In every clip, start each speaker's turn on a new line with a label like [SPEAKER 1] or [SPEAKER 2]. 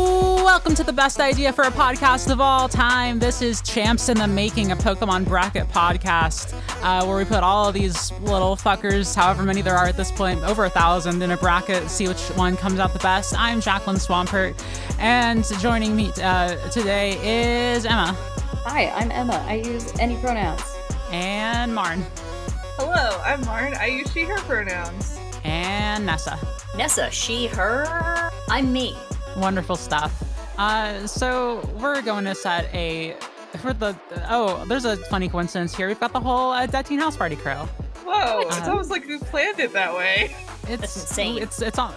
[SPEAKER 1] Welcome to the best idea for a podcast of all time. This is Champs in the Making, a Pokemon bracket podcast, uh, where we put all of these little fuckers, however many there are at this point, over a thousand, in a bracket, see which one comes out the best. I'm Jacqueline Swampert, and joining me uh, today is Emma
[SPEAKER 2] Hi, I'm Emma. I use any pronouns.
[SPEAKER 1] and Marn
[SPEAKER 3] Hello, I'm Lauren. I use she, her pronouns.
[SPEAKER 1] and Nessa.
[SPEAKER 4] Nessa, she, her. I'm me.
[SPEAKER 1] Wonderful stuff. Uh, so we're going to set a for the oh, there's a funny coincidence here. We've got the whole uh, Dead Teen House Party crew.
[SPEAKER 3] Whoa, it's
[SPEAKER 1] Um,
[SPEAKER 3] almost like we planned it that way.
[SPEAKER 1] It's
[SPEAKER 4] That's insane.
[SPEAKER 1] It's it's on.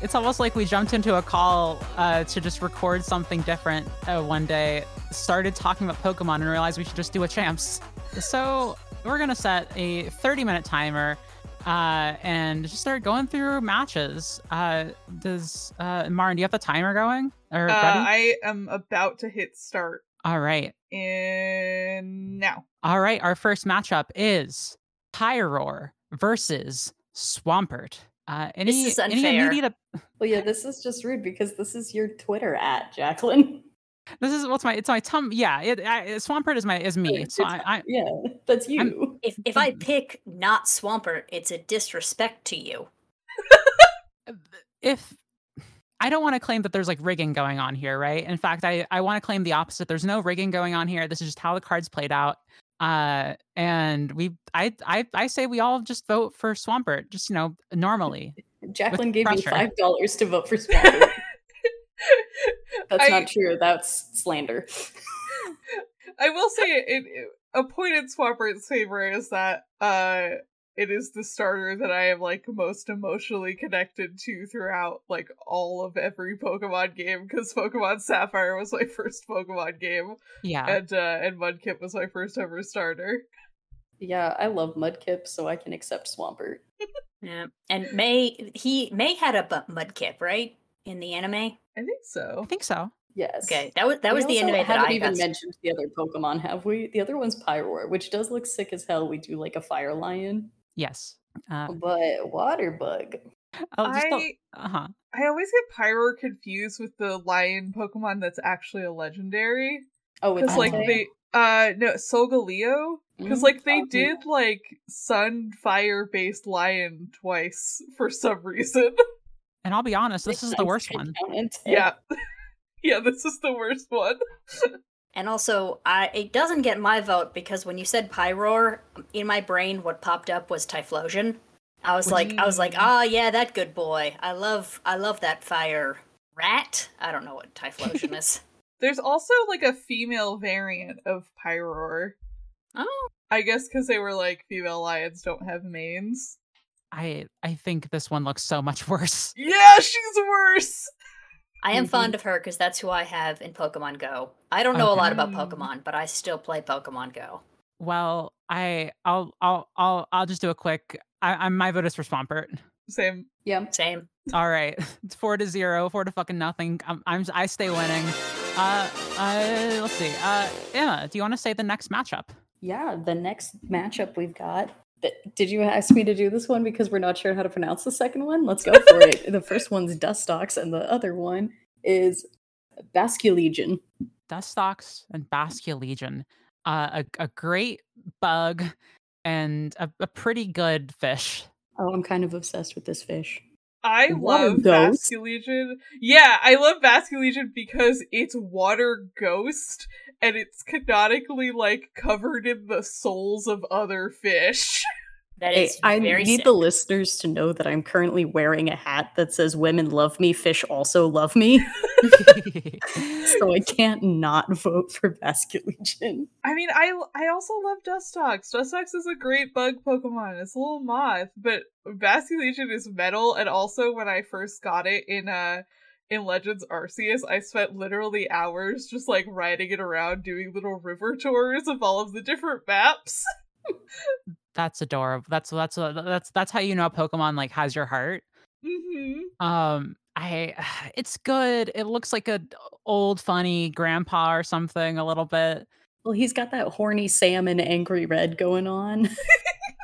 [SPEAKER 1] It's almost like we jumped into a call uh, to just record something different uh, one day. Started talking about Pokemon and realized we should just do a champs. So we're gonna set a 30-minute timer uh, and just start going through matches. Uh, does uh, Marin? Do you have the timer going or
[SPEAKER 3] Uh,
[SPEAKER 1] ready?
[SPEAKER 3] I am about to hit start
[SPEAKER 1] All right.
[SPEAKER 3] in now.
[SPEAKER 1] All right, our first matchup is Pyroar versus Swampert. Uh, any,
[SPEAKER 4] is
[SPEAKER 1] any
[SPEAKER 4] unfair.
[SPEAKER 1] immediate op-
[SPEAKER 2] Well, yeah, this is just rude because this is your Twitter at Jacqueline.
[SPEAKER 1] this is what's my it's my tum yeah it, I, Swampert is my is me
[SPEAKER 2] It's
[SPEAKER 1] so
[SPEAKER 2] your
[SPEAKER 1] I, I
[SPEAKER 2] Yeah, that's you.
[SPEAKER 4] If if I pick not Swampert, it's a disrespect to you.
[SPEAKER 1] if I don't want to claim that there's like rigging going on here right in fact I I want to claim the opposite there's no rigging going on here this is just how the cards played out uh and we I I I say we all just vote for Swampert just you know normally
[SPEAKER 2] Jacqueline gave me
[SPEAKER 1] pressure.
[SPEAKER 2] five dollars to vote for Swampert. That's
[SPEAKER 3] I-
[SPEAKER 2] not true. That's slander.
[SPEAKER 3] I will say it, it, a point in Swampert's favor is that uh, it is the starter that I am like most emotionally connected to throughout like all of every Pokemon game because Pokemon Sapphire was my first Pokemon game
[SPEAKER 1] yeah
[SPEAKER 3] and uh, and Mudkip was my first ever starter.
[SPEAKER 2] Yeah, I love Mudkip, so I can accept Swampert.
[SPEAKER 4] Yeah. And May he May had a bu- mudkip, right? In the anime.
[SPEAKER 3] I think so.
[SPEAKER 1] I think so
[SPEAKER 2] Yes.
[SPEAKER 4] Okay, that was that
[SPEAKER 2] We
[SPEAKER 4] was the
[SPEAKER 2] also
[SPEAKER 4] anime that
[SPEAKER 2] haven't
[SPEAKER 4] I
[SPEAKER 2] even
[SPEAKER 4] got.
[SPEAKER 2] mentioned the other Pokemon, have we? The other one's Pyroar, which does look sick as hell. We do like a fire lion,
[SPEAKER 1] yes uh,
[SPEAKER 2] but water bug.
[SPEAKER 1] oh, just the-
[SPEAKER 3] I
[SPEAKER 1] uh-huh
[SPEAKER 3] I always get Pyro confused with the lion Pokemon that's actually a legendary.
[SPEAKER 2] Oh, it's
[SPEAKER 3] Because like
[SPEAKER 2] Entei.
[SPEAKER 3] they uh no Solgaleo. Because
[SPEAKER 2] Mm,
[SPEAKER 3] like they
[SPEAKER 2] Solgaleo.
[SPEAKER 3] did like sun fire based lion twice for some reason.
[SPEAKER 1] and I'll be honest this
[SPEAKER 2] Like,
[SPEAKER 1] is the
[SPEAKER 2] nice
[SPEAKER 1] worst
[SPEAKER 2] head
[SPEAKER 1] one
[SPEAKER 2] count and tail.
[SPEAKER 3] Yeah. yeah, this is the worst one.
[SPEAKER 4] And also, I it doesn't get my vote because when you said Pyroar, um, in my brain, what popped up was Typhlosion. I was like, I was like,
[SPEAKER 3] Mm.
[SPEAKER 4] ah, yeah, that good boy. I love, I love that fire rat. I don't know what Typhlosion is.
[SPEAKER 3] There's also like a female variant of Pyroar.
[SPEAKER 4] Oh,
[SPEAKER 3] I guess because they were like female lions don't have manes.
[SPEAKER 1] I I think this one looks so much worse.
[SPEAKER 3] Yeah, she's worse.
[SPEAKER 4] I am
[SPEAKER 2] Mhm.
[SPEAKER 4] fond of her because that's who I have in Pokemon Go. I don't know a lot about
[SPEAKER 3] Okay.
[SPEAKER 4] Pokemon, but I still play Pokemon Go.
[SPEAKER 1] Well, I I'll I'll I'll I'll just do a quick. I, I'm my vote is for Swampert.
[SPEAKER 3] Same.
[SPEAKER 2] Yeah.
[SPEAKER 4] Same.
[SPEAKER 1] All right, it's four to zero, four to fucking nothing. I'm, I'm I stay winning. Uh, uh, let's see. Uh, Emma, do you want to say the next matchup?
[SPEAKER 2] Yeah. The next matchup we've got. th- Did you ask me to do this one because we're not sure how to pronounce the second one? Let's go for it. The first one's Dustox, and the other one is Basculegion.
[SPEAKER 1] Dustox and Basculegion. Uh, a, a great bug and a, a pretty good fish.
[SPEAKER 2] Oh, I'm kind of obsessed with this fish.
[SPEAKER 3] I
[SPEAKER 2] Water
[SPEAKER 3] love
[SPEAKER 2] ghost.
[SPEAKER 3] Basculegion. Yeah, I love Basculegion because it's water ghost and it's canonically like covered in the souls of other fish.
[SPEAKER 4] That
[SPEAKER 2] Hey,
[SPEAKER 4] is
[SPEAKER 2] I
[SPEAKER 4] very
[SPEAKER 2] need
[SPEAKER 4] sick.
[SPEAKER 2] the listeners to know that I'm currently wearing a hat that says "Women love me, fish also love me," so I can't not vote for Basculegion.
[SPEAKER 3] I mean, I I also love Dustox. Dustox is a great bug Pokemon. It's a little moth, but Basculegion is metal. And also, when I first got it in uh in Legends Arceus, I spent literally hours just like riding it around, doing little river tours of all of the different maps.
[SPEAKER 1] that's adorable. That's that's that's that's how you know a Pokemon like has your heart.
[SPEAKER 3] hmm
[SPEAKER 1] Um, I it's good. It looks like a d- old funny grandpa or something a little bit.
[SPEAKER 2] Well, he's got that horny salmon angry red going on.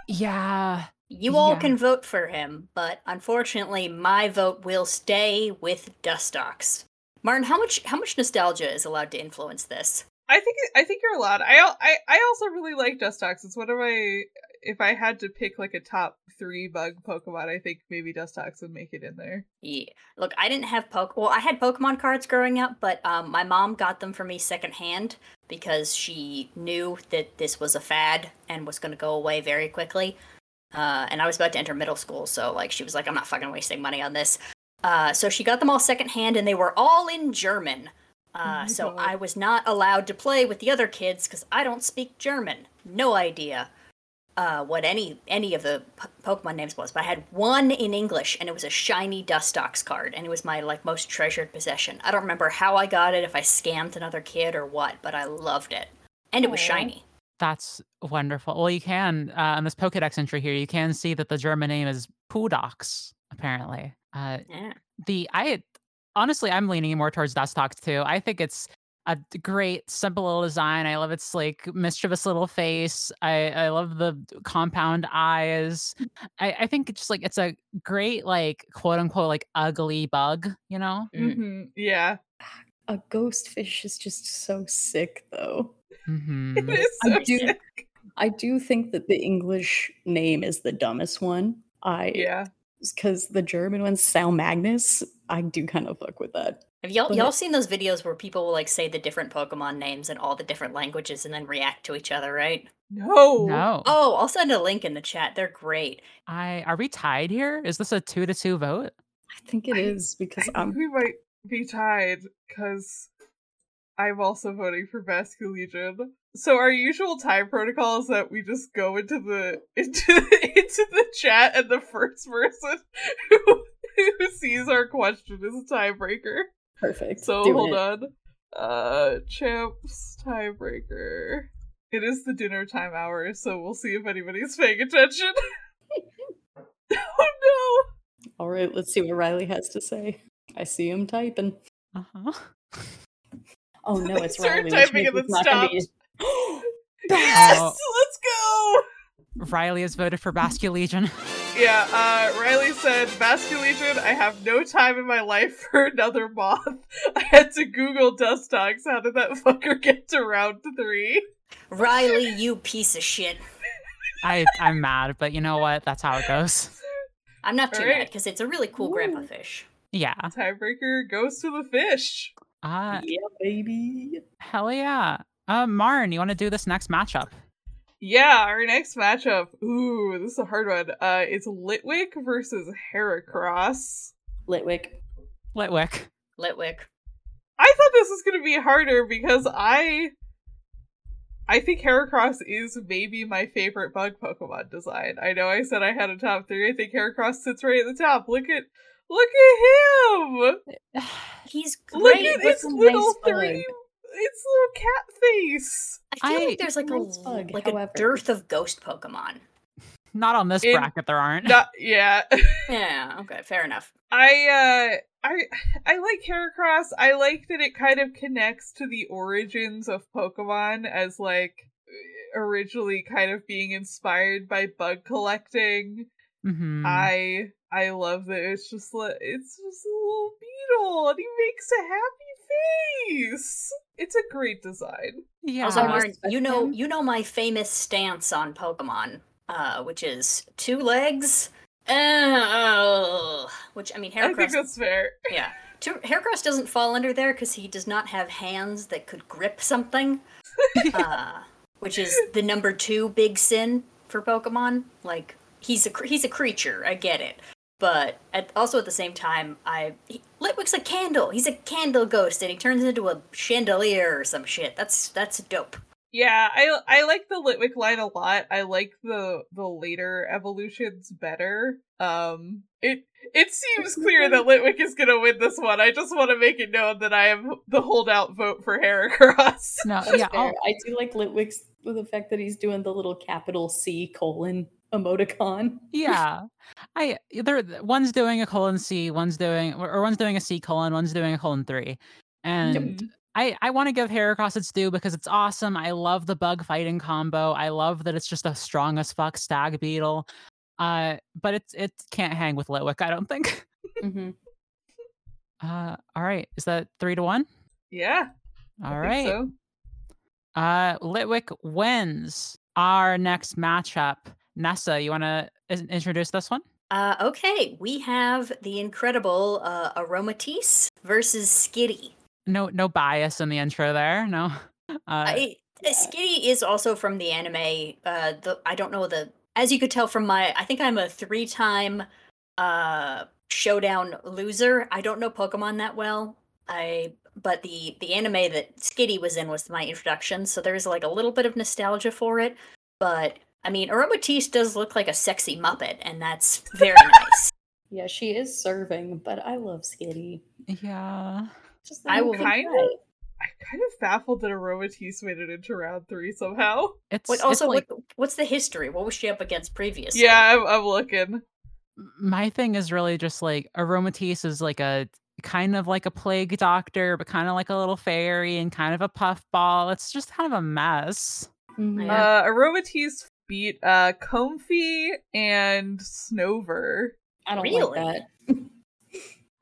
[SPEAKER 1] Yeah.
[SPEAKER 4] You all
[SPEAKER 1] Yeah.
[SPEAKER 4] can vote for him, but unfortunately, my vote will stay with Dustox. Martin, how much how much nostalgia is allowed to influence this?
[SPEAKER 3] I think I think you're allowed. I al- I, I also really like Dustox. It's one of my if I had to pick like a top three bug Pokemon, I think maybe Dustox would make it in there.
[SPEAKER 4] Yeah. Look, I didn't have Poke. Well, I had Pokemon cards growing up, but um, my mom got them for me secondhand because she knew that this was a fad and was going to go away very quickly. Uh, and I was about to enter middle school, so like she was like, "I'm not fucking wasting money on this." Uh, so she got them all secondhand, and they were all in German. Uh,
[SPEAKER 3] my
[SPEAKER 4] so
[SPEAKER 3] God.
[SPEAKER 4] I was not allowed to play with the other kids because I don't speak German. No idea uh, what any any of the po- Pokemon names was, but I had one in English, and it was a shiny Dustox card, and it was my like most treasured possession. I don't remember how I got it, if I scammed another kid or what, but I loved it, and it was
[SPEAKER 2] Aw.
[SPEAKER 4] shiny.
[SPEAKER 1] That's wonderful. Well, you can uh, on this Pokedex entry here, you can see that the German name is Pudox. Apparently, uh,
[SPEAKER 4] Yeah.
[SPEAKER 1] the I honestly I'm leaning more towards Dustox too. I think it's a d- great simple little design. I love its like mischievous little face. I I love the d- compound eyes.
[SPEAKER 4] Mm.
[SPEAKER 1] I I think it's just like it's a great like quote unquote like ugly bug. You know.
[SPEAKER 4] Mm.
[SPEAKER 2] Mm-hmm.
[SPEAKER 3] hmm Yeah,
[SPEAKER 2] A ghost fish is just so sick, though.
[SPEAKER 1] hmm
[SPEAKER 3] it is so
[SPEAKER 2] I do.
[SPEAKER 3] sick.
[SPEAKER 2] I do think that the English name is the dumbest one. I
[SPEAKER 3] Yeah,
[SPEAKER 2] because the German one's Sal Magnus. I do kind of fuck with that.
[SPEAKER 4] Have y'all
[SPEAKER 2] But-
[SPEAKER 4] y'all seen those videos where people will like say the different Pokemon names in all the different languages and then react to each other, right?
[SPEAKER 3] no,
[SPEAKER 1] No,
[SPEAKER 4] Oh, I'll send a link in the chat. They're great.
[SPEAKER 1] I are we tied here? Is this a two to two vote?
[SPEAKER 2] I think it
[SPEAKER 3] I-
[SPEAKER 2] is because
[SPEAKER 3] I think
[SPEAKER 2] I'm
[SPEAKER 3] we might be tied because I'm also voting for Vascu Legion. So our usual time protocol is that we just go into the into the, into the chat, and the first person who, who sees our question is a tiebreaker.
[SPEAKER 2] perfect.
[SPEAKER 3] So
[SPEAKER 2] Do
[SPEAKER 3] hold
[SPEAKER 2] it.
[SPEAKER 3] on, uh, champs tiebreaker. It is the dinner time hour, so we'll see if anybody's paying attention. oh
[SPEAKER 2] All right, let's see what Riley has to say. I see him typing.
[SPEAKER 1] Uh
[SPEAKER 4] Uh-huh.
[SPEAKER 1] huh.
[SPEAKER 2] Oh no, it's
[SPEAKER 3] Started
[SPEAKER 2] Riley.
[SPEAKER 3] typing and then
[SPEAKER 2] stopped.
[SPEAKER 3] no! Yes, let's go.
[SPEAKER 1] Riley has voted for Bascu Legion.
[SPEAKER 3] Yeah, uh, Riley said, Vascular Legion, I have no time in my life for another moth. I had to Google Dust Dogs. How did that fucker get to round three?
[SPEAKER 4] Riley, you piece of shit.
[SPEAKER 1] I I'm mad, but you know what? That's how it goes.
[SPEAKER 4] I'm not too mad
[SPEAKER 3] Alright.
[SPEAKER 4] because it's a really cool grandpa
[SPEAKER 2] Ooh.
[SPEAKER 4] fish.
[SPEAKER 1] Yeah.
[SPEAKER 3] Tiebreaker goes to the fish.
[SPEAKER 1] Uh,
[SPEAKER 2] yeah, baby.
[SPEAKER 1] hell yeah. Uh, Marn, you want to do this next matchup?
[SPEAKER 3] Yeah, our next matchup. Ooh, this is a hard one. Uh, it's Litwick versus Heracross.
[SPEAKER 2] Litwick.
[SPEAKER 1] Litwick.
[SPEAKER 4] Litwick.
[SPEAKER 3] I thought this was gonna be harder because I I think Heracross is maybe my favorite bug Pokemon design. I know I said I had a top three. I think Heracross sits right at the top. Look at look at him!
[SPEAKER 4] He's
[SPEAKER 3] Look
[SPEAKER 4] great.
[SPEAKER 3] at
[SPEAKER 2] with
[SPEAKER 3] its
[SPEAKER 2] a nice
[SPEAKER 3] little
[SPEAKER 2] bug.
[SPEAKER 3] three its little cat face.
[SPEAKER 4] I feel
[SPEAKER 1] I-
[SPEAKER 4] like there's like a
[SPEAKER 2] Nice
[SPEAKER 4] l-
[SPEAKER 2] bug,
[SPEAKER 4] like
[SPEAKER 2] however.
[SPEAKER 4] a dearth of ghost Pokemon.
[SPEAKER 1] Not on this
[SPEAKER 3] In-
[SPEAKER 1] bracket, there aren't.
[SPEAKER 3] Not yeah.
[SPEAKER 4] Yeah. Okay. Fair enough.
[SPEAKER 3] I uh I I like Heracross. I like that it kind of connects to the origins of Pokemon as like originally kind of being inspired by bug collecting.
[SPEAKER 1] Mhm.
[SPEAKER 3] I I love that it's just like it's just a little beetle and he makes a happy face. It's a great design.
[SPEAKER 1] yeah.
[SPEAKER 4] Also,
[SPEAKER 2] I
[SPEAKER 4] Marn,
[SPEAKER 2] respect
[SPEAKER 4] you know
[SPEAKER 2] him.
[SPEAKER 4] you know my famous stance on Pokemon, uh, which is two legs. Oh, which I mean,
[SPEAKER 3] I think
[SPEAKER 4] Heracross.
[SPEAKER 3] that's fair.
[SPEAKER 4] Yeah, two, Heracross doesn't fall under there because he does not have hands that could grip something, uh, which is the number two big sin for Pokemon. Like he's a cr- he's a creature. I get it, but at, also at the same time, I he, Litwick's a candle. He's a candle ghost, and he turns into a chandelier or some shit. That's that's dope.
[SPEAKER 3] Yeah, I I like the Litwick line a lot. I like the the later evolutions better. Um it it seems clear that Litwick is gonna win this one. I just wanna make it known that I am the holdout vote for Heracross.
[SPEAKER 1] no,
[SPEAKER 2] That's
[SPEAKER 1] yeah. oh,
[SPEAKER 2] fair.
[SPEAKER 1] I'll,
[SPEAKER 2] I do like Litwick's with the fact that he's doing the little capital C colon emoticon.
[SPEAKER 1] yeah. I there one's doing a colon C, one's doing or or one's doing a C colon, one's doing a colon three. And I, I want to give Heracross its due because it's awesome. I love the bug fighting combo. I love that it's just a strong as fuck stag beetle. Uh, but it's it can't hang with Litwick, I don't think.
[SPEAKER 2] Mhm.
[SPEAKER 1] Uh, all right. Is that three to one?
[SPEAKER 3] Yeah.
[SPEAKER 1] All
[SPEAKER 3] I
[SPEAKER 1] right.
[SPEAKER 3] think so.
[SPEAKER 1] Uh, Litwick wins our next matchup. Nessa, you want to introduce this one?
[SPEAKER 4] Uh, okay, we have the incredible uh, Aromatisse versus Skitty.
[SPEAKER 1] No, no bias in the intro there. No. Uh,
[SPEAKER 4] I, uh, Skitty is also from the anime. Uh, the I don't know the as you could tell from my I think I'm a three time uh showdown loser. I don't know Pokemon that well. I but the the anime that Skitty was in was my introduction, so there's like a little bit of nostalgia for it. But I mean, Aromatisse does look like a sexy Muppet, and that's very nice.
[SPEAKER 2] Yeah, she is serving, but I love Skitty.
[SPEAKER 1] yeah.
[SPEAKER 2] Just
[SPEAKER 4] I will-
[SPEAKER 3] Kind of. I'm kind of baffled that Aromatisse made it into round three somehow.
[SPEAKER 1] It's
[SPEAKER 4] What
[SPEAKER 1] it's
[SPEAKER 4] also
[SPEAKER 1] like,
[SPEAKER 4] what, what's the history? What was she up against previously?
[SPEAKER 3] Yeah, I'm, I'm looking.
[SPEAKER 1] my thing is really just like aromatisse is like a kind of like a plague doctor, but kind of like a little fairy and kind of a puffball. It's just kind of a mess.
[SPEAKER 2] Mhm.
[SPEAKER 4] Yeah.
[SPEAKER 3] Uh, Aromatisse beat uh, Comfy and Snover.
[SPEAKER 2] I don't
[SPEAKER 4] Really?
[SPEAKER 2] like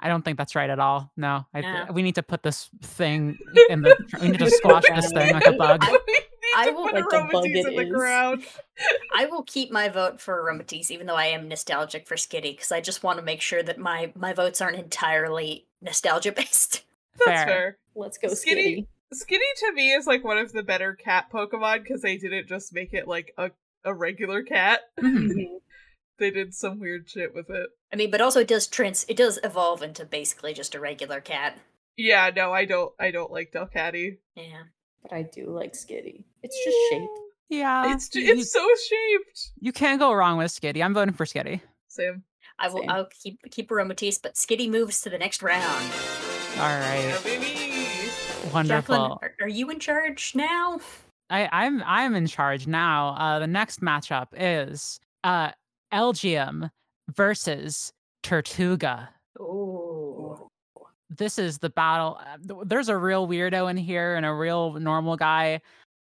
[SPEAKER 1] I don't think that's right at all. No, I,
[SPEAKER 4] No.
[SPEAKER 1] we need to put this thing in the. We need to squash this thing like a bug.
[SPEAKER 4] I-
[SPEAKER 3] we need
[SPEAKER 4] I
[SPEAKER 3] to
[SPEAKER 4] will-
[SPEAKER 3] put
[SPEAKER 2] like, debug
[SPEAKER 3] Aromatisse
[SPEAKER 2] it
[SPEAKER 3] in the
[SPEAKER 2] is.
[SPEAKER 3] ground.
[SPEAKER 4] I will keep my vote for Aromatisse, even though I am nostalgic for Skitty, because I just want to make sure that my my votes aren't entirely nostalgia based.
[SPEAKER 3] That's fair.
[SPEAKER 2] that. Let's go
[SPEAKER 3] Skitty.
[SPEAKER 2] Skitty.
[SPEAKER 3] Skinny to me is like one of the better cat Pokemon because they didn't just make it like a, a regular cat.
[SPEAKER 1] Mhm.
[SPEAKER 2] Mhm.
[SPEAKER 3] They did some weird shit with it.
[SPEAKER 4] I mean, but also it does trans it does evolve into basically just a regular cat.
[SPEAKER 3] Yeah, no, I don't. I don't like Delcatty.
[SPEAKER 4] Yeah.
[SPEAKER 2] But I do like Skitty. It's just shape.
[SPEAKER 1] Yeah,
[SPEAKER 3] It's ju-
[SPEAKER 1] you,
[SPEAKER 3] it's so shaped.
[SPEAKER 1] you can't go wrong with Skitty. I'm voting for Skitty.
[SPEAKER 3] Sam,
[SPEAKER 4] I will
[SPEAKER 2] Same.
[SPEAKER 4] I'll keep keep Aromatisse, but Skitty moves to the next round.
[SPEAKER 1] All
[SPEAKER 3] yeah,
[SPEAKER 1] right,
[SPEAKER 3] baby.
[SPEAKER 1] wonderful.
[SPEAKER 4] Jacqueline, are, are you in charge now?
[SPEAKER 1] I, I'm I'm in charge now. Uh, the next matchup is uh, Elgium versus Tortuga.
[SPEAKER 4] Oh.
[SPEAKER 1] This is the battle. uh, th- There's a real weirdo in here and a real normal guy.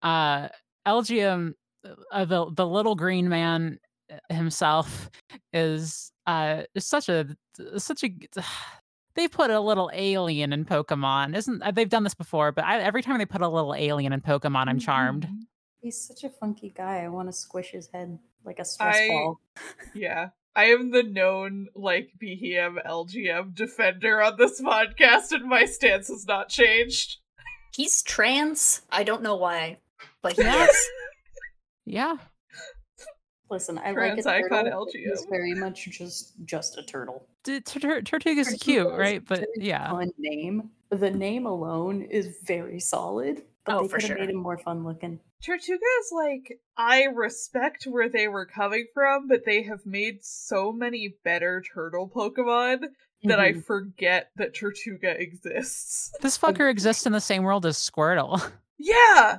[SPEAKER 1] Uh, Elgium, uh, uh, the the little green man uh, himself, is uh is such a such a. g- They put a little alien in Pokemon, isn't? uh, They've done this before, but I, every time they put a little alien in Pokemon,
[SPEAKER 3] Mm-hmm.
[SPEAKER 1] I'm charmed.
[SPEAKER 2] He's such a funky guy. I want to squish his head like a stress
[SPEAKER 3] I-
[SPEAKER 2] ball.
[SPEAKER 3] Yeah, I am the known like E BHM LGM defender on this podcast, and my stance has not changed.
[SPEAKER 4] He's trans. I don't know why. But he
[SPEAKER 1] Yeah.
[SPEAKER 4] is.
[SPEAKER 1] Yeah.
[SPEAKER 2] Listen, I like
[SPEAKER 3] Trans
[SPEAKER 2] a
[SPEAKER 3] icon
[SPEAKER 2] turtle. but He's
[SPEAKER 3] LGM.
[SPEAKER 2] very much just just a turtle.
[SPEAKER 1] T- t- tur- Tortuga's
[SPEAKER 2] Tortuga
[SPEAKER 1] cute,
[SPEAKER 2] is
[SPEAKER 1] right? But
[SPEAKER 2] very
[SPEAKER 1] yeah,
[SPEAKER 2] Fun name. The name alone is very solid. But
[SPEAKER 4] Oh,
[SPEAKER 2] they
[SPEAKER 4] for
[SPEAKER 2] could have
[SPEAKER 4] sure.
[SPEAKER 2] made him more fun looking.
[SPEAKER 3] Tortuga is like, I respect where they were coming from, but they have made so many better turtle Pokemon that I
[SPEAKER 2] Mhm.
[SPEAKER 3] forget that Tortuga exists.
[SPEAKER 1] this fucker exists in the same world as Squirtle.
[SPEAKER 3] Yeah!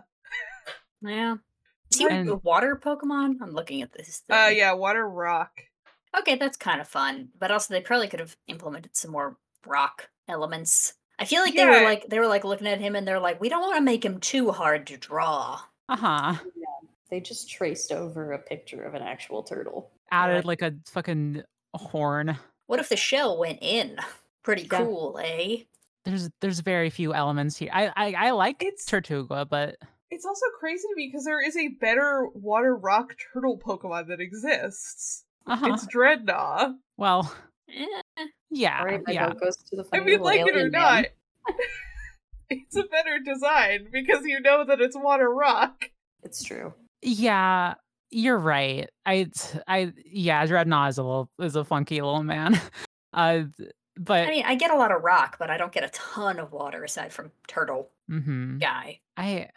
[SPEAKER 4] Yeah. Is he
[SPEAKER 1] And-
[SPEAKER 4] a water Pokemon? I'm looking at this.
[SPEAKER 3] Uh,
[SPEAKER 4] thing.
[SPEAKER 3] yeah, Water Rock.
[SPEAKER 4] Okay, that's kind of fun. But also they probably could have implemented some more rock elements. I feel like they
[SPEAKER 3] Yeah.
[SPEAKER 4] were like they were like looking at him and they're like, we don't want to make him too hard to draw.
[SPEAKER 1] Uh huh.
[SPEAKER 2] They just traced over a picture of an actual turtle.
[SPEAKER 1] Added like a fucking horn.
[SPEAKER 4] What if the shell went in? Pretty
[SPEAKER 2] Yeah.
[SPEAKER 4] cool, eh?
[SPEAKER 1] There's there's very few elements here. I I, I like
[SPEAKER 3] It's-
[SPEAKER 1] Tortuga, but
[SPEAKER 3] It's also crazy to me because there is a better Water Rock turtle Pokemon that exists.
[SPEAKER 1] uh huh.
[SPEAKER 3] It's Dreadnought.
[SPEAKER 1] Well,
[SPEAKER 4] Eh,
[SPEAKER 1] yeah,
[SPEAKER 2] All right, my
[SPEAKER 1] yeah.
[SPEAKER 2] vote goes to the
[SPEAKER 3] I
[SPEAKER 2] funny
[SPEAKER 3] mean,
[SPEAKER 2] little
[SPEAKER 3] like it or
[SPEAKER 2] alien man.
[SPEAKER 3] not, it's a better design because you know that it's Water Rock.
[SPEAKER 2] It's true.
[SPEAKER 1] Yeah, you're right. I I yeah, Dreadnought is a little is a funky little man. Uh, th- but
[SPEAKER 4] I mean, I get a lot of rock, but I don't get a ton of water aside from turtle
[SPEAKER 1] mhm.
[SPEAKER 2] Mm-hmm.
[SPEAKER 4] guy.
[SPEAKER 1] I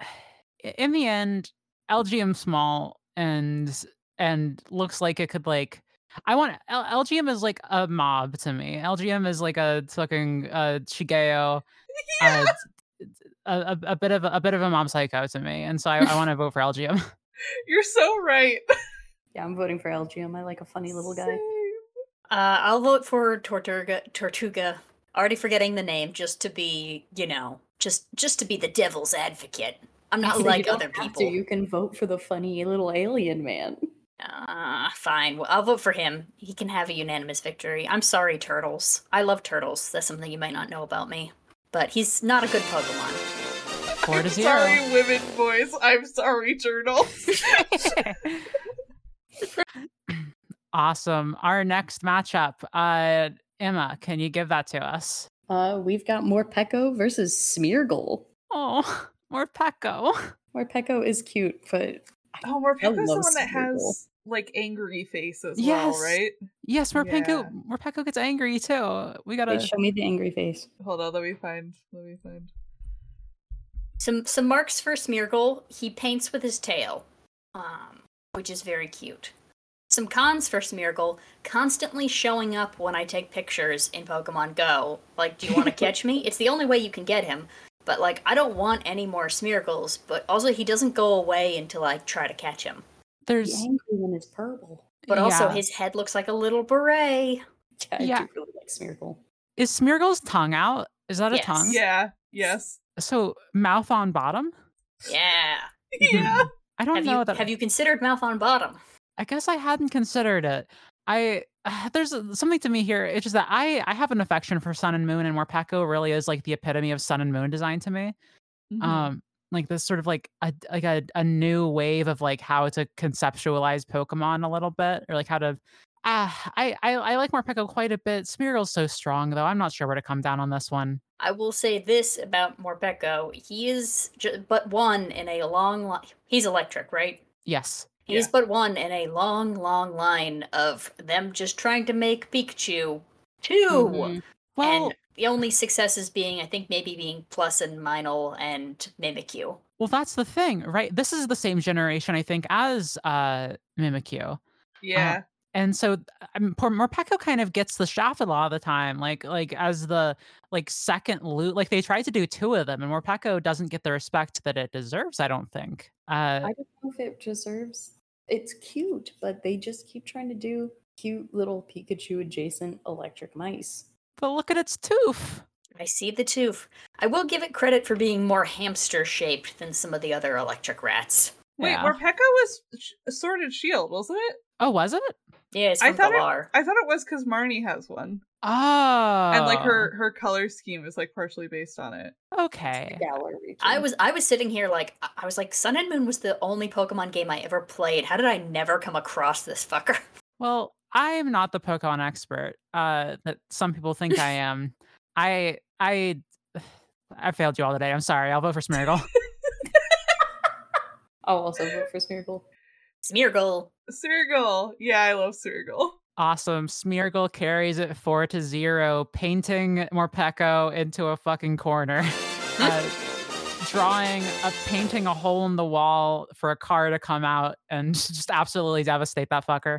[SPEAKER 1] i- in the end, LGM small and and looks like it could like I want L- LGM is like a mob to me. LGM is like a fucking uh Shigeo, uh, t- t- a, a, a bit of a, a bit of a mob psycho to me, and so I, I want to vote for LGM.
[SPEAKER 3] You're so right.
[SPEAKER 2] Yeah, I'm voting for LGM. I like a funny little guy.
[SPEAKER 3] Same.
[SPEAKER 4] Uh, I'll vote for Tortuga. Tortuga. Already forgetting the name, just to be, you know, just just to be the devil's advocate. I'm not
[SPEAKER 2] So you
[SPEAKER 4] like
[SPEAKER 2] don't
[SPEAKER 4] other
[SPEAKER 2] have
[SPEAKER 4] people.
[SPEAKER 2] To. You can vote for the funny little alien man.
[SPEAKER 4] Ah, fine. Well, I'll vote for him. He can have a unanimous victory. I'm sorry, turtles. I love turtles. That's something you might not know about me. But he's not a good Pokemon.
[SPEAKER 1] Four to
[SPEAKER 3] Sorry,
[SPEAKER 1] zero.
[SPEAKER 3] women voice. I'm sorry, turtles.
[SPEAKER 1] awesome. Our next matchup. Uh, Emma, can you give that to us?
[SPEAKER 2] Uh, we've got Morpeko versus Smeargle.
[SPEAKER 1] Oh, more Pecco.
[SPEAKER 2] Morpeko is cute, but
[SPEAKER 3] oh, Morpeka's the
[SPEAKER 2] love
[SPEAKER 3] one that
[SPEAKER 2] Smeagol.
[SPEAKER 3] has like angry face as
[SPEAKER 1] Yes.
[SPEAKER 3] well, right?
[SPEAKER 1] Yes, Morpeko.
[SPEAKER 3] Yeah.
[SPEAKER 1] Morpeko gets angry too. We gotta.
[SPEAKER 2] wait, show me the angry face.
[SPEAKER 3] Hold on, let me find. Let me find.
[SPEAKER 4] Some some marks for Smeargle. He paints with his tail, um, which is very cute. Some cons for Smeargle. Constantly showing up when I take pictures in Pokemon Go. Like, do you want to catch me? It's the only way you can get him. But like, I don't want any more Smeargles. But also, he doesn't go away until I try to catch him.
[SPEAKER 2] The
[SPEAKER 1] There's.
[SPEAKER 2] angry one is purple.
[SPEAKER 4] But also,
[SPEAKER 1] yeah.
[SPEAKER 4] his head looks like a little beret.
[SPEAKER 2] Yeah, I
[SPEAKER 1] Yeah.
[SPEAKER 2] do really like Smeargle.
[SPEAKER 1] is Smeargle's tongue out? Is that a
[SPEAKER 4] Yes.
[SPEAKER 1] tongue?
[SPEAKER 3] Yeah. Yes.
[SPEAKER 1] So mouth on bottom.
[SPEAKER 4] Yeah. Mm-hmm.
[SPEAKER 3] Yeah.
[SPEAKER 1] I don't
[SPEAKER 4] Have
[SPEAKER 1] know
[SPEAKER 4] you
[SPEAKER 1] that.
[SPEAKER 4] have you considered mouth on bottom?
[SPEAKER 1] I guess I hadn't considered it. I there's a- something to me here. It's just that I I have an affection for Sun and Moon, and Morpeko really is like the epitome of Sun and Moon design to me.
[SPEAKER 4] Mm-hmm.
[SPEAKER 3] Mhm.
[SPEAKER 1] Um, like this sort of like a like a, a new wave of like how to conceptualize Pokemon a little bit, or like how to. Ah, I, I I like Morpeko quite a bit. Smeargle's so strong though. I'm not sure where to come down on this one.
[SPEAKER 4] I will say this about Morpeko. He is ju- but one in a long line. He's electric, right?
[SPEAKER 1] Yes.
[SPEAKER 4] He's but one in a long, long line of them just trying to make Pikachu 2 Mm-hmm.
[SPEAKER 2] Mhm.
[SPEAKER 1] Well,
[SPEAKER 4] and the only successes being, I think, maybe being Plus and Minol and Mimikyu.
[SPEAKER 1] well, that's the thing, right? This is the same generation, I think, as uh Mimikyu.
[SPEAKER 3] yeah.
[SPEAKER 1] and so th- I mean, poor Morpeko kind of gets the shaft a lot of the time, like like as the like second loot. Like they tried to do two of them, and Morpeko doesn't get the respect that it deserves. I don't think.
[SPEAKER 4] Mm-hmm.
[SPEAKER 1] Uh,
[SPEAKER 2] I don't know if it deserves. It's cute, but they just keep trying to do cute little Pikachu adjacent electric mice.
[SPEAKER 1] but look at its tooth.
[SPEAKER 4] I see the tooth. I will give it credit for being more hamster shaped than some of the other electric rats.
[SPEAKER 3] Wait,
[SPEAKER 1] Yeah.
[SPEAKER 3] Morpeka was sh- Sword and Shield, wasn't it?
[SPEAKER 1] Oh, was it?
[SPEAKER 4] Yeah, it's
[SPEAKER 3] I
[SPEAKER 4] from
[SPEAKER 3] thought it-
[SPEAKER 4] Galar.
[SPEAKER 3] I thought it was because Marnie has one,
[SPEAKER 1] Oh,
[SPEAKER 3] and like her her color scheme is like partially based on it.
[SPEAKER 1] Okay.
[SPEAKER 2] Gallery.
[SPEAKER 4] I was I was sitting here like I- I was like Sun and Moon was the only Pokemon game I ever played. How did I never come across this fucker?
[SPEAKER 1] Well, I am not the Pokemon expert uh, that some people think I am. I I I failed you all today. I'm sorry. I'll vote for Smeargle.
[SPEAKER 2] I'll also vote for Smeargle.
[SPEAKER 4] Smeargle.
[SPEAKER 3] Smeargle. Yeah, I love Smeargle.
[SPEAKER 1] Awesome. Smeargle carries it four to zero, painting Morpeko into a fucking corner. uh, drawing a painting a hole in the wall for a car to come out and just absolutely devastate that fucker.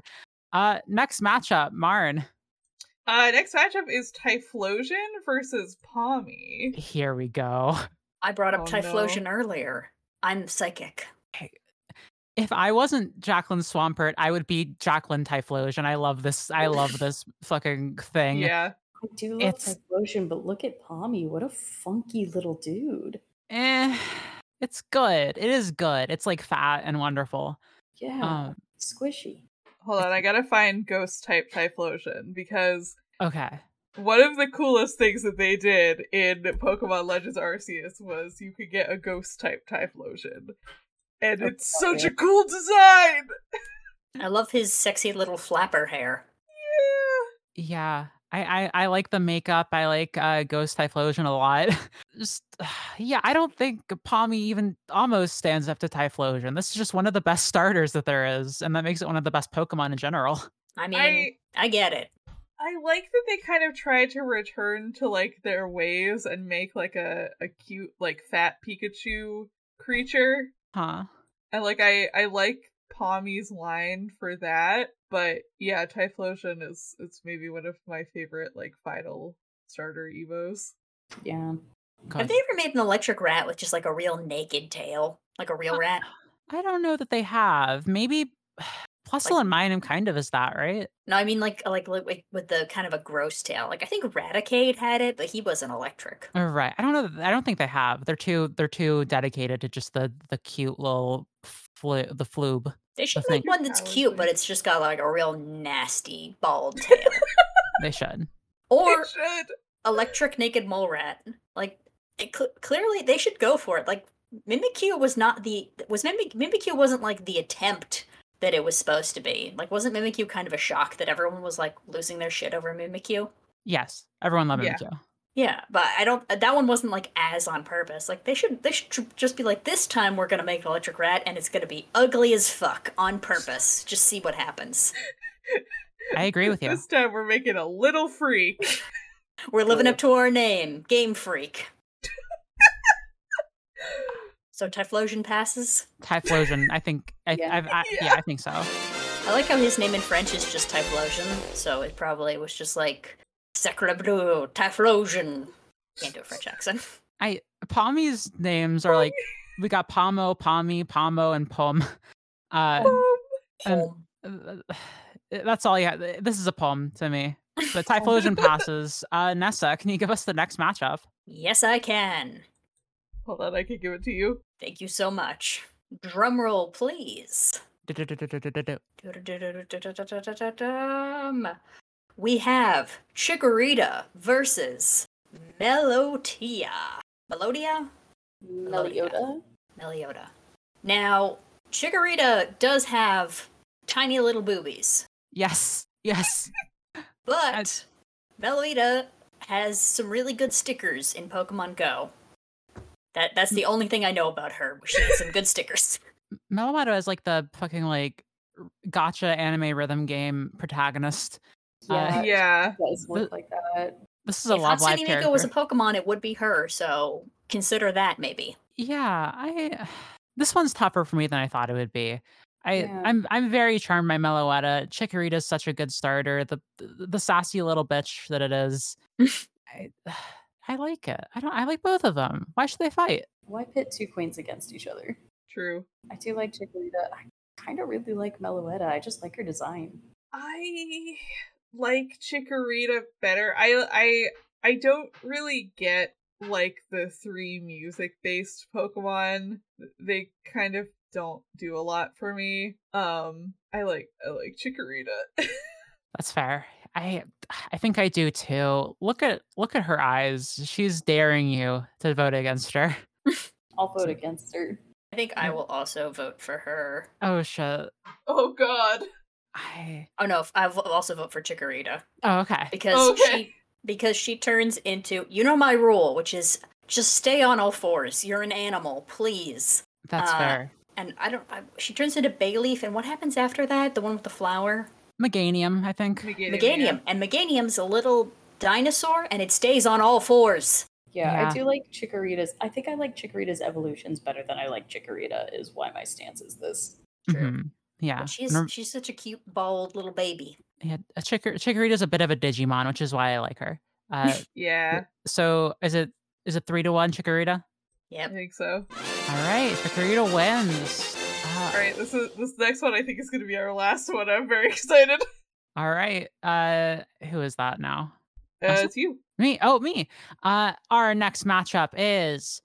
[SPEAKER 1] Uh, next matchup, Marn.
[SPEAKER 3] Uh, next matchup is Typhlosion versus Pommy.
[SPEAKER 1] Here we go.
[SPEAKER 4] I brought up
[SPEAKER 3] Oh, no.
[SPEAKER 4] Typhlosion earlier. I'm psychic.
[SPEAKER 1] If I wasn't Jacqueline Swampert, I would be Jacqueline Typhlosion. I love this. I love this fucking thing.
[SPEAKER 3] Yeah,
[SPEAKER 2] I do love
[SPEAKER 1] It's-
[SPEAKER 2] Typhlosion, but look at Pommy. What a funky little dude.
[SPEAKER 1] Eh, it's good. It is good. It's like fat and wonderful.
[SPEAKER 2] Yeah.
[SPEAKER 1] Um,
[SPEAKER 2] squishy.
[SPEAKER 3] hold on, I gotta find Ghost type Typhlosion because
[SPEAKER 1] okay.
[SPEAKER 3] one of the coolest things that they did in Pokemon Legends Arceus was you could get a Ghost type Typhlosion, and
[SPEAKER 2] That's
[SPEAKER 3] it's
[SPEAKER 2] not
[SPEAKER 3] such a
[SPEAKER 2] bad.
[SPEAKER 3] cool design.
[SPEAKER 4] I love his sexy little flapper hair.
[SPEAKER 1] Yeah. I, I, I like the makeup. I like uh, Ghost Typhlosion a lot. just yeah, I don't think Pommy even almost stands up to Typhlosion. This is just one of the best starters that there is, and that makes it one of the best Pokemon in general.
[SPEAKER 4] I
[SPEAKER 3] Yeah,
[SPEAKER 4] mean,
[SPEAKER 3] I.
[SPEAKER 4] I, get it.
[SPEAKER 3] I like that they kind of try to return to like their ways and make like a, a cute like fat Pikachu creature.
[SPEAKER 1] Huh.
[SPEAKER 3] And like I I like Pommy's line for that, but yeah, Typhlosion is it's maybe one of my favorite like final starter evos.
[SPEAKER 2] Yeah.
[SPEAKER 1] God,
[SPEAKER 4] Have they ever made an electric rat with just like a real naked tail, like a real rat?
[SPEAKER 1] I don't know that they have. Maybe Plusle
[SPEAKER 4] Like-
[SPEAKER 1] and Minum kind of is that, right?
[SPEAKER 4] No, I mean like like like like with the kind of a gross tail. Like I think Raticate had it, but he wasn't electric.
[SPEAKER 1] Oh, right. I don't know. that- I don't think they have. They're too they're too dedicated to just the the cute little flu the floob.
[SPEAKER 4] They should
[SPEAKER 1] think-
[SPEAKER 4] make one that's cute, but
[SPEAKER 3] Probably.
[SPEAKER 4] it's just got like a real nasty bald tail.
[SPEAKER 1] They should.
[SPEAKER 4] Or
[SPEAKER 3] It should.
[SPEAKER 4] electric naked mole rat. Like it cl- clearly they should go for it. Like Mimikyu was not the was Mimik- Mimikyu wasn't like the attempt that it was supposed to be. Like wasn't Mimikyu kind of a shock that everyone was like losing their shit over Mimikyu?
[SPEAKER 1] Yes, everyone loved
[SPEAKER 3] Yeah.
[SPEAKER 1] Mimikyu.
[SPEAKER 4] Yeah, but I don't that one wasn't like as on purpose. Like they should they should tr- just be like this time we're going to make an electric rat and it's going to be ugly as fuck on purpose. Just see what happens.
[SPEAKER 1] I agree with you.
[SPEAKER 3] This time we're making a little freak.
[SPEAKER 4] We're living up to our name, Game Freak. so Typhlosion passes.
[SPEAKER 1] Typhlosion. I think. I,
[SPEAKER 2] Yeah.
[SPEAKER 1] I've, I, yeah.
[SPEAKER 3] Yeah.
[SPEAKER 1] I think so.
[SPEAKER 4] I like how his name in French is just Typhlosion, so it probably was just like Sacrebleu, Typhlosion. Can't do a French accent.
[SPEAKER 1] Palmy's names are like we got Pomo, Palmy, Pomo, and Pom. Uh,
[SPEAKER 3] Um,
[SPEAKER 1] Um, that's all. Yeah, this is a poem to me. But Typhlosion passes. Uh, Nessa, can you give us the next matchup?
[SPEAKER 4] yes, I can.
[SPEAKER 3] hold on, I can give it to you.
[SPEAKER 4] Thank you so much. Drumroll, please.
[SPEAKER 1] Du-du-du-du-du-du-du.
[SPEAKER 4] Dum. We have Chikorita versus Melotia. Melodia?
[SPEAKER 2] Melioda?
[SPEAKER 4] Meliota. Now, Chikorita does have tiny little boobies,
[SPEAKER 1] Yes, yes.
[SPEAKER 4] but Meloita has some really good stickers in Pokemon Go. That that's the only thing I know about her. She has some good stickers.
[SPEAKER 1] Melomato is like the fucking like r- gotcha anime rhythm game protagonist. Uh,
[SPEAKER 2] Yeah.
[SPEAKER 3] Yeah.
[SPEAKER 2] Does look like that.
[SPEAKER 1] This is a
[SPEAKER 4] if
[SPEAKER 1] love live
[SPEAKER 4] Hatsune
[SPEAKER 1] character.
[SPEAKER 4] Miku was a Pokemon, it would be her. So consider that maybe.
[SPEAKER 1] yeah, I. This one's tougher for me than I thought it would be. I,
[SPEAKER 2] Yeah.
[SPEAKER 1] I'm I'm very charmed by Meloetta. Chikorita is such a good starter. The the, the sassy little bitch that it is. I, I like it. I don't. I like both of them. Why should they fight?
[SPEAKER 2] Why pit two queens against each other?
[SPEAKER 3] True.
[SPEAKER 2] I do like Chikorita. I kind of really like Meloetta. I just like her design.
[SPEAKER 3] I like Chikorita better. I I I don't really get like the three music based Pokemon. They kind of don't do a lot for me. Um I like I like Chikorita.
[SPEAKER 1] That's fair. I I think I do too. Look at look at her eyes. She's daring you to vote against her.
[SPEAKER 2] I'll vote
[SPEAKER 1] So-
[SPEAKER 2] against her.
[SPEAKER 4] I think
[SPEAKER 1] Hmm.
[SPEAKER 4] I will also vote for her.
[SPEAKER 1] Oh shit.
[SPEAKER 3] oh god.
[SPEAKER 1] I
[SPEAKER 4] Oh no, I will also vote for Chikorita
[SPEAKER 1] oh okay.
[SPEAKER 4] because
[SPEAKER 3] Okay.
[SPEAKER 4] she because she turns into you know my rule, which is just stay on all fours. You're an animal, please.
[SPEAKER 1] That's
[SPEAKER 4] Uh,
[SPEAKER 1] fair.
[SPEAKER 4] And I don't. I, she turns into Bayleaf, and what happens after that? The one with the flower,
[SPEAKER 1] Meganium, I think.
[SPEAKER 3] Meganium. yeah.
[SPEAKER 4] Meganium, and Meganium's a little dinosaur, and it stays on all fours.
[SPEAKER 2] Yeah,
[SPEAKER 1] Yeah.
[SPEAKER 2] I do like Chikorita's. I think I like Chikorita's evolutions better than I like Chikorita. Is why my stance is this.
[SPEAKER 1] Mhm. Yeah.
[SPEAKER 4] But she's
[SPEAKER 1] Nor-
[SPEAKER 4] she's such a cute, bald little baby.
[SPEAKER 1] yeah. A Chikor- Chikorita's a bit of a Digimon, which is why I like her. Uh,
[SPEAKER 3] Yeah,
[SPEAKER 1] so is it is it three to one Chikorita?
[SPEAKER 3] I
[SPEAKER 4] Yep.
[SPEAKER 3] think so.
[SPEAKER 1] All right, Chikorita wins. Uh,
[SPEAKER 3] All right, this is this next one I think is going to be our last one. I'm very excited.
[SPEAKER 1] all right. Uh, who is that now?
[SPEAKER 3] Uh, it's you.
[SPEAKER 1] Me. Oh, me. Uh, our next matchup is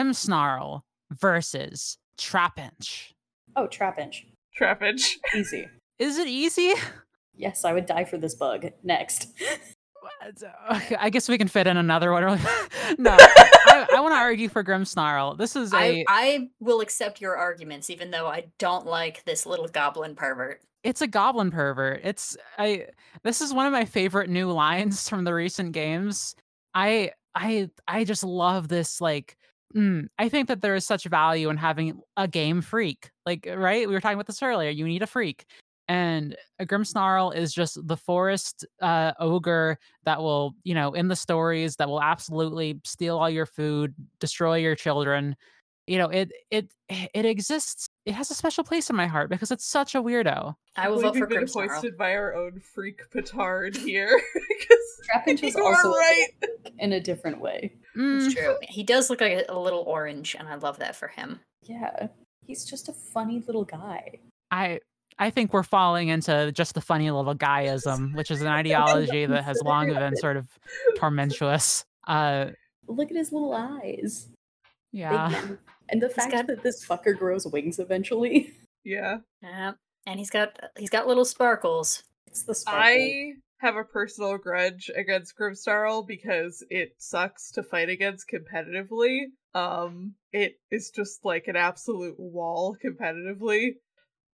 [SPEAKER 1] Grimmsnarl versus Trapinch.
[SPEAKER 2] Oh, Trapinch,
[SPEAKER 3] Trapinch.
[SPEAKER 2] easy.
[SPEAKER 1] Is it easy?
[SPEAKER 2] yes, I would die for this bug. Next,
[SPEAKER 1] What? Okay, I guess we can fit in another one. really- no, I, I want to argue for Grimmsnarl. This is
[SPEAKER 4] I,
[SPEAKER 1] a
[SPEAKER 4] I will accept your arguments, even though I don't like this little goblin pervert.
[SPEAKER 1] it's a goblin pervert. It's I this is one of my favorite new lines from the recent games. I I I just love this like mm, I think that there is such value in having a game freak. Like right? We were talking about this earlier. You need a freak. And a Grimmsnarl is just the forest uh, ogre that will, you know, in the stories that will absolutely steal all your food, destroy your children. You know, it it it exists. It has a special place in my heart because it's such a weirdo.
[SPEAKER 4] I will
[SPEAKER 3] Like
[SPEAKER 4] vote for
[SPEAKER 3] we've been
[SPEAKER 4] Grimmsnarl.
[SPEAKER 3] hoisted by our own freak petard here. 'Cause
[SPEAKER 2] Trapinch is
[SPEAKER 3] You are
[SPEAKER 2] also a
[SPEAKER 3] right.
[SPEAKER 2] dick in a different way.
[SPEAKER 1] Mm.
[SPEAKER 4] It's true. He does look like a, a little orange, and I love that for him.
[SPEAKER 2] Yeah, he's just a funny little guy.
[SPEAKER 1] I I think we're falling into just the funny little guyism, which is an ideology that has long been sort of tormentuous. Uh,
[SPEAKER 2] Look at his little eyes. Big
[SPEAKER 1] yeah,
[SPEAKER 2] ones. And the fact
[SPEAKER 4] got-
[SPEAKER 2] that this fucker grows wings eventually.
[SPEAKER 3] Yeah.
[SPEAKER 4] Yeah. And he's got uh, he's got little sparkles.
[SPEAKER 2] It's the sparkle.
[SPEAKER 3] I have a personal grudge against Grimmsnarl because it sucks to fight against competitively. Um, it is just like an absolute wall competitively.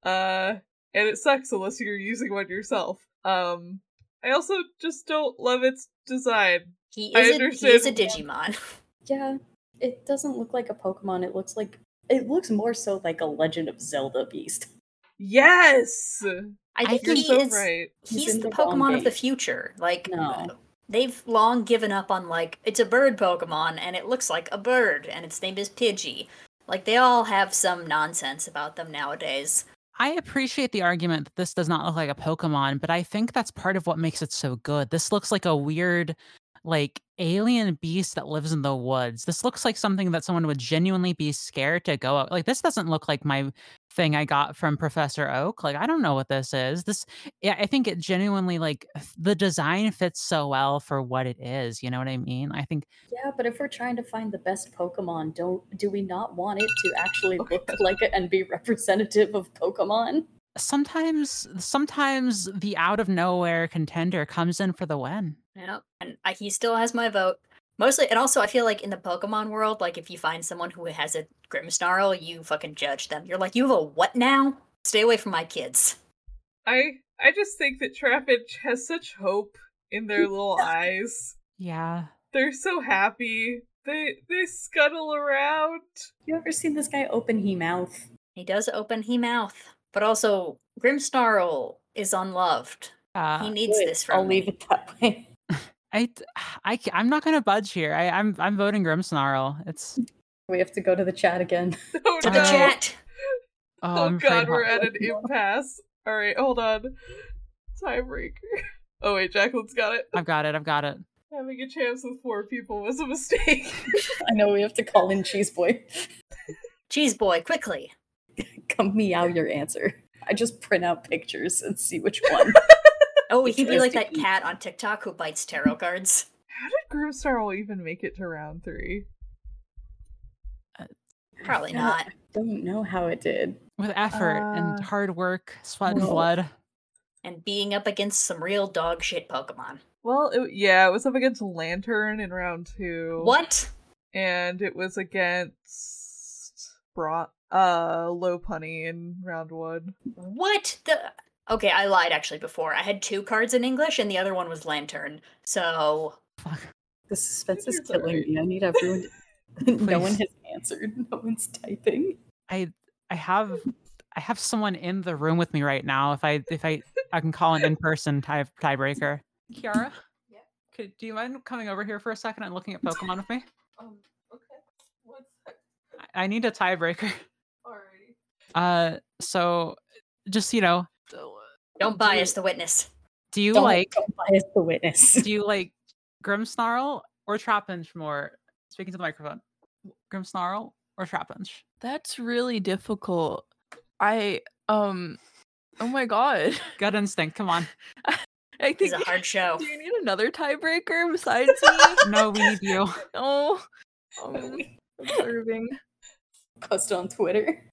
[SPEAKER 3] Uh, and it sucks unless you're using one yourself. Um, I also just don't love its design.
[SPEAKER 4] He
[SPEAKER 3] I
[SPEAKER 4] is a, he is a
[SPEAKER 3] understand.
[SPEAKER 4] Digimon.
[SPEAKER 2] Yeah, it doesn't look like a Pokemon. It looks like it looks more so like a Legend of Zelda beast.
[SPEAKER 3] Yes,
[SPEAKER 4] I
[SPEAKER 1] I
[SPEAKER 4] think
[SPEAKER 3] you're
[SPEAKER 4] he
[SPEAKER 3] so
[SPEAKER 4] is
[SPEAKER 3] right.
[SPEAKER 2] He's
[SPEAKER 4] he's
[SPEAKER 2] in
[SPEAKER 4] the
[SPEAKER 2] the wrong
[SPEAKER 4] Pokemon of the
[SPEAKER 2] game.
[SPEAKER 4] future. Like
[SPEAKER 2] No.
[SPEAKER 4] they've long given up on like it's a bird Pokemon and it looks like a bird and its name is Pidgey. Like they all have some nonsense about them nowadays.
[SPEAKER 1] I appreciate the argument that this does not look like a Pokemon, but I think that's part of what makes it so good. This looks like a weird, like alien beast that lives in the woods. This looks like something that someone would genuinely be scared to go out. Like this doesn't look like my thing I got from Professor Oak. Like I don't know what this is. This, yeah, I think it genuinely like f- the design fits so well for what it is. You know what I mean? I think
[SPEAKER 2] Yeah, but if we're trying to find the best Pokemon, don't do we not want it to actually
[SPEAKER 3] Okay.
[SPEAKER 2] look like it and be representative of Pokemon?
[SPEAKER 1] sometimes, sometimes the out of nowhere contender comes in for the win.
[SPEAKER 4] Yep. And I, he still has my vote. Mostly, and also, I feel like in the Pokemon world, like if you find someone who has a Grimmsnarl, you fucking judge them. You're like, you have a what now? Stay away from my kids.
[SPEAKER 3] I I just think that Trapinch has such hope in their little eyes.
[SPEAKER 1] Yeah.
[SPEAKER 3] They're so happy. They they scuttle around.
[SPEAKER 2] You ever seen this guy open he mouth?
[SPEAKER 4] He does open he mouth, but also Grimmsnarl is unloved.
[SPEAKER 1] Uh,
[SPEAKER 4] he needs
[SPEAKER 2] Ah, Good,
[SPEAKER 4] this from
[SPEAKER 2] I'll
[SPEAKER 4] me.
[SPEAKER 2] leave it that way.
[SPEAKER 1] I, d- I, am not gonna budge here. I, I'm, I'm voting Grimmsnarl. It's
[SPEAKER 2] We have to go to the chat again.
[SPEAKER 3] Oh
[SPEAKER 4] To
[SPEAKER 3] no.
[SPEAKER 4] the chat.
[SPEAKER 1] oh,
[SPEAKER 3] Oh,
[SPEAKER 1] I'm afraid
[SPEAKER 3] god, we're
[SPEAKER 1] Hot-
[SPEAKER 3] at an impasse. Alright, hold on. Tiebreaker. Oh wait, Jacqueline's got it.
[SPEAKER 1] I've got it. I've got it.
[SPEAKER 3] Having a chance with four people was a mistake.
[SPEAKER 2] I know we have to call in Cheese Boy.
[SPEAKER 4] Cheese boy, quickly.
[SPEAKER 2] Come meow your answer. I just print out pictures and see which one.
[SPEAKER 4] Oh,
[SPEAKER 2] He
[SPEAKER 4] he'd be
[SPEAKER 2] tries
[SPEAKER 4] like
[SPEAKER 2] to
[SPEAKER 4] that
[SPEAKER 2] eat.
[SPEAKER 4] cat on TikTok who bites tarot cards.
[SPEAKER 3] How did Groomstar will even make it to round three?
[SPEAKER 4] Probably
[SPEAKER 2] Yeah.
[SPEAKER 4] not.
[SPEAKER 2] Don't know how it did.
[SPEAKER 1] With effort and
[SPEAKER 3] Uh,
[SPEAKER 1] hard work, sweat and
[SPEAKER 2] no.
[SPEAKER 1] blood.
[SPEAKER 4] And being up against some real dog shit Pokemon.
[SPEAKER 3] Well, it, yeah, it was up against Lantern in round
[SPEAKER 2] Oh.
[SPEAKER 3] two.
[SPEAKER 4] What?
[SPEAKER 3] and it was against Bra- uh low punny in round one.
[SPEAKER 4] What the? Okay, I lied actually before. I had two cards in English and the other one was Lantern. So
[SPEAKER 1] Fuck.
[SPEAKER 2] The suspense is
[SPEAKER 3] It's all
[SPEAKER 2] killing
[SPEAKER 3] right.
[SPEAKER 2] me. I need everyone. To... no one
[SPEAKER 1] Please.
[SPEAKER 2] has answered. No one's typing.
[SPEAKER 1] I, I have, I have someone in the room with me right now. If I, if I, I can call an in-person tie tiebreaker. Kiara.
[SPEAKER 2] Yeah?
[SPEAKER 1] Could, do you mind coming over here for a second and looking at Pokemon with me?
[SPEAKER 2] Um, okay. What's
[SPEAKER 1] I- I need a tiebreaker.
[SPEAKER 2] already?
[SPEAKER 1] Uh, so, just you know,
[SPEAKER 4] don't bias the witness.
[SPEAKER 1] do you
[SPEAKER 2] Don't,
[SPEAKER 1] like?
[SPEAKER 2] don't bias the witness.
[SPEAKER 1] do you like Grimmsnarl or Trapinch more? Speaking to the microphone, Grimmsnarl or Trapinch?
[SPEAKER 5] That's really difficult. I um oh my god.
[SPEAKER 1] Gut instinct. Come on.
[SPEAKER 5] I
[SPEAKER 4] It's
[SPEAKER 5] think
[SPEAKER 4] a hard show.
[SPEAKER 5] do you need another tiebreaker besides me?
[SPEAKER 1] No, we need you.
[SPEAKER 5] oh um, observing.
[SPEAKER 2] Post on Twitter.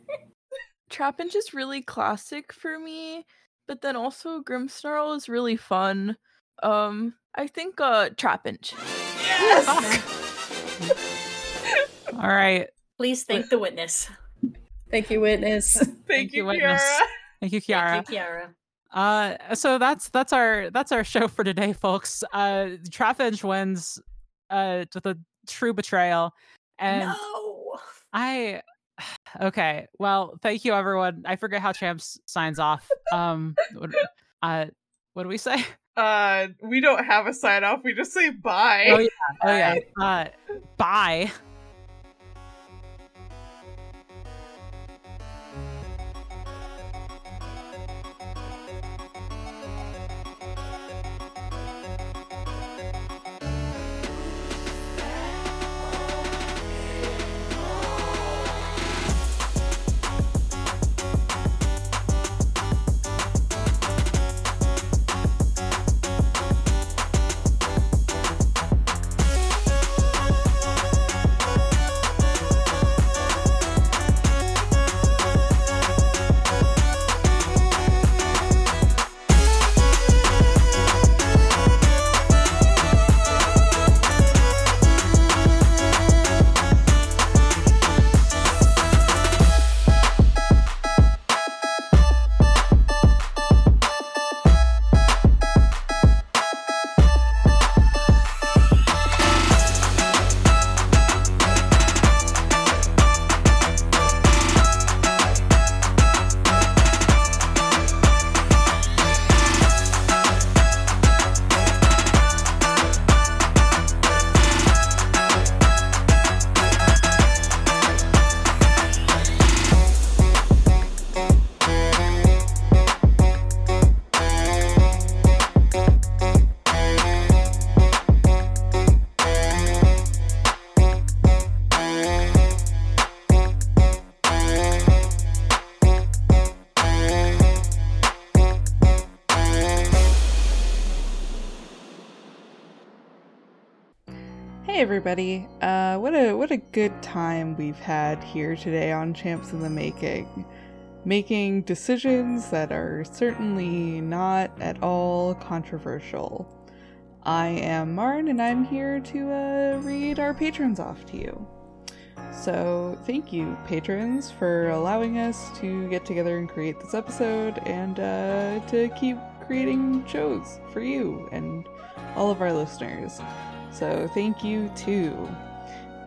[SPEAKER 5] Trapinch is really classic for me, but then also Grimmsnarl is really fun. Um I think uh Trapinch.
[SPEAKER 1] All right.
[SPEAKER 4] Please thank the witness.
[SPEAKER 2] Thank you, witness.
[SPEAKER 3] Thank,
[SPEAKER 1] Thank
[SPEAKER 3] you,
[SPEAKER 1] you, witness.
[SPEAKER 3] Kiara.
[SPEAKER 1] Thank you, Kiara.
[SPEAKER 4] Thank you, Kiara.
[SPEAKER 1] Uh, so that's that's our that's our show for today, folks. Uh, Trapinch wins uh with a true betrayal, and
[SPEAKER 4] no.
[SPEAKER 1] I. Okay. Well, thank you, everyone. I forget how Champs signs off. Um. What, uh. What do we say?
[SPEAKER 3] Uh, we don't have a sign off. We just say bye.
[SPEAKER 1] Oh, yeah. Oh yeah. Uh, bye.
[SPEAKER 6] everybody. Uh, what a what a good time we've had here today on Champs in the Making. Making decisions that are certainly not at all controversial. I am Marn and I'm here to uh, read our patrons off to you. So, thank you, patrons, for allowing us to get together and create this episode and uh, to keep creating shows for you and all of our listeners. So thank you to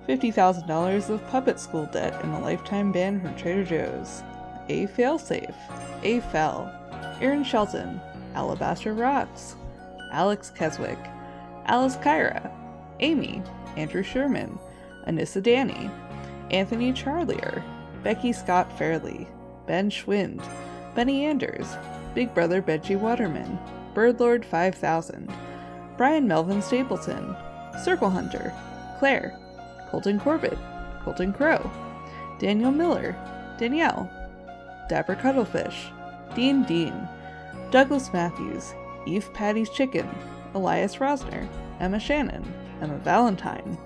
[SPEAKER 6] $50,000 of puppet school debt and a lifetime ban from Trader Joe's, A Failsafe, A Fell, Aaron Shelton, Alabaster Rocks, Alex Keswick, Alice Kyra, Amy, Andrew Sherman, Anissa Danny, Anthony Charlier, Becky Scott Fairley, Ben Schwind, Benny Anders, Big Brother Benji Waterman, Birdlord 5000, Brian Melvin Stapleton, Circle Hunter, Claire, Colton Corbett, Colton Crow, Daniel Miller, Danielle, Dapper Cuttlefish, Dean Dean, Douglas Matthews, Eve Patty's Chicken, Elias Rosner, Emma Shannon, Emma Valentine,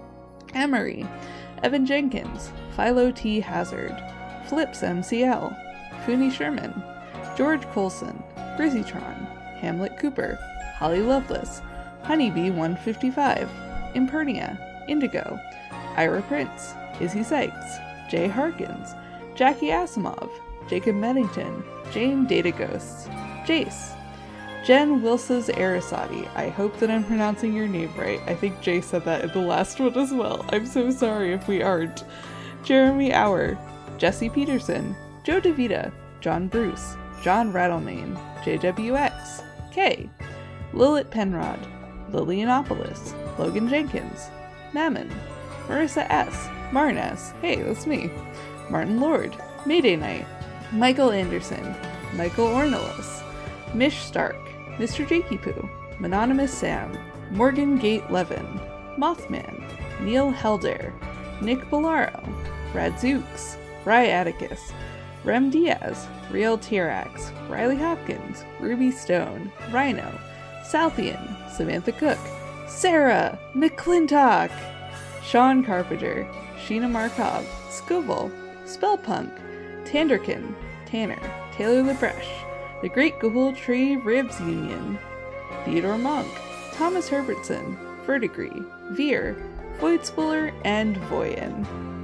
[SPEAKER 6] Emery, Evan Jenkins, Philo T. Hazard, Flips MCL, Funi Sherman, George Colson, Grizzitron, Hamlet Cooper, Holly Lovelace, Honeybee 155, Impernia, Indigo, Ira Prince, Izzy Sykes, Jay Harkins, Jackie Asimov, Jacob Meddington, Jane Data Ghosts, Jace, Jen Wilsa's Arasati. I hope that I'm pronouncing your name right. I think Jay said that in the last one as well. I'm so sorry if we aren't. Jeremy Auer, Jesse Peterson, Joe DeVita, John Bruce, John Rattlemane, JWX, K, Lilith Penrod, Lilianopoulos, Logan Jenkins, Mammon, Marissa S, Marn S, hey, that's me, Martin Lord, Mayday Knight, Michael Anderson, Michael Ornelas, Mish Stark, Mr. Jakey Poo, Mononymous Sam, Morgan Gate Levin, Mothman, Neil Helder, Nick Bellaro, Radzooks, Rye Atticus, Rem Diaz, Real Tirax, Riley Hopkins, Ruby Stone, Rhino, Salthian, Samantha Cook, Sarah, McClintock, Sean Carpenter, Sheena Markov, Scoville, Spellpunk, Tanderkin, Tanner, Taylor LeBresh, The Great Ghoul Tree Ribs Union, Theodore Monk, Thomas Herbertson, Verdigris, Veer, Voidspuller, and Voyen.